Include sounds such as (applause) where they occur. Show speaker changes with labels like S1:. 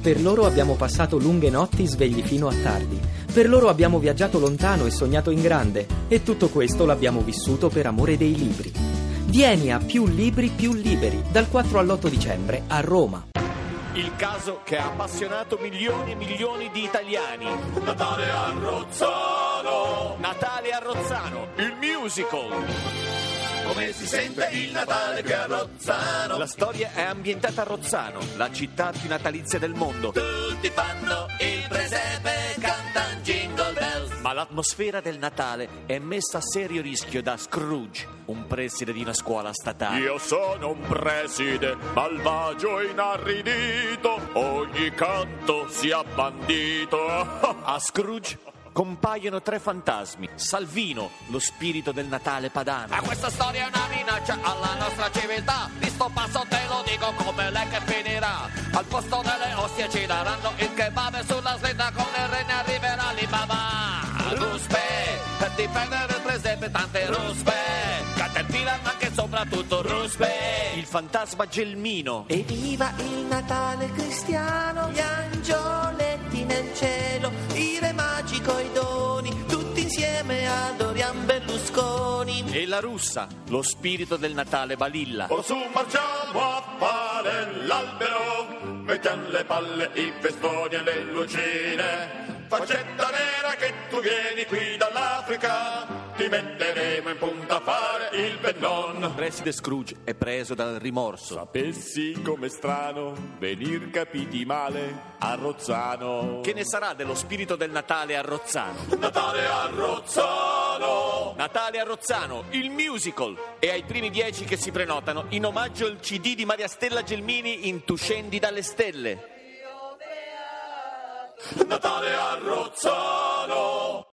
S1: Per loro abbiamo passato lunghe notti svegli fino a tardi. Per loro abbiamo viaggiato lontano e sognato in grande. E tutto questo l'abbiamo vissuto per amore dei libri. Vieni a Più Libri Più Liberi dal 4 all'8 dicembre a Roma.
S2: Il caso che ha appassionato milioni e milioni di italiani.
S3: Natale a Rozzano,
S2: Natale a Rozzano, il musical.
S3: come si sente il Natale qui a Rozzano?
S2: La storia è ambientata a Rozzano, la città più natalizia del mondo.
S3: Tutti fanno il presepe, cantano jingle bells.
S2: Ma l'atmosfera del Natale è messa a serio rischio da Scrooge, un preside di una scuola statale.
S3: Io sono un preside malvagio e inarridito, ogni canto sia (laughs) bandito.
S2: A Scrooge compaiono tre fantasmi. Salvino, lo spirito del Natale padano.
S4: Ma questa storia è una minaccia alla nostra civiltà. Di sto passo te lo dico come lei che finirà. Al posto delle ostie ci daranno il kebab e sulla slitta con il rene arriverà l'Ibaba. Ruspe, per difendere il presepe tante ruspe. Caterpillar ma anche e soprattutto ruspe.
S2: Il fantasma Gelmino.
S5: E viva il Natale cristiano, gli angioletti nel cielo, il re magico e i doni, tutti insieme adoriamo Berlusconi.
S2: E la russa, lo spirito del Natale balilla.
S3: O su marciamo a fare l'albero, mettiamo le palle, i festoni e le lucine. Faccenda nera che tu vieni qui dall'Africa, ti metteremo in punta a fare il pennon.
S2: Preside Scrooge è preso dal rimorso.
S3: Sapessi com'è strano venir capiti male a Rozzano.
S2: Che ne sarà dello spirito del Natale a Rozzano?
S3: Natale a Rozzano!
S2: Natale a Rozzano, il musical! E ai primi dieci che si prenotano, in omaggio il CD di Maria Stella Gelmini in Tu scendi dalle stelle.
S3: Natale a Rozzano!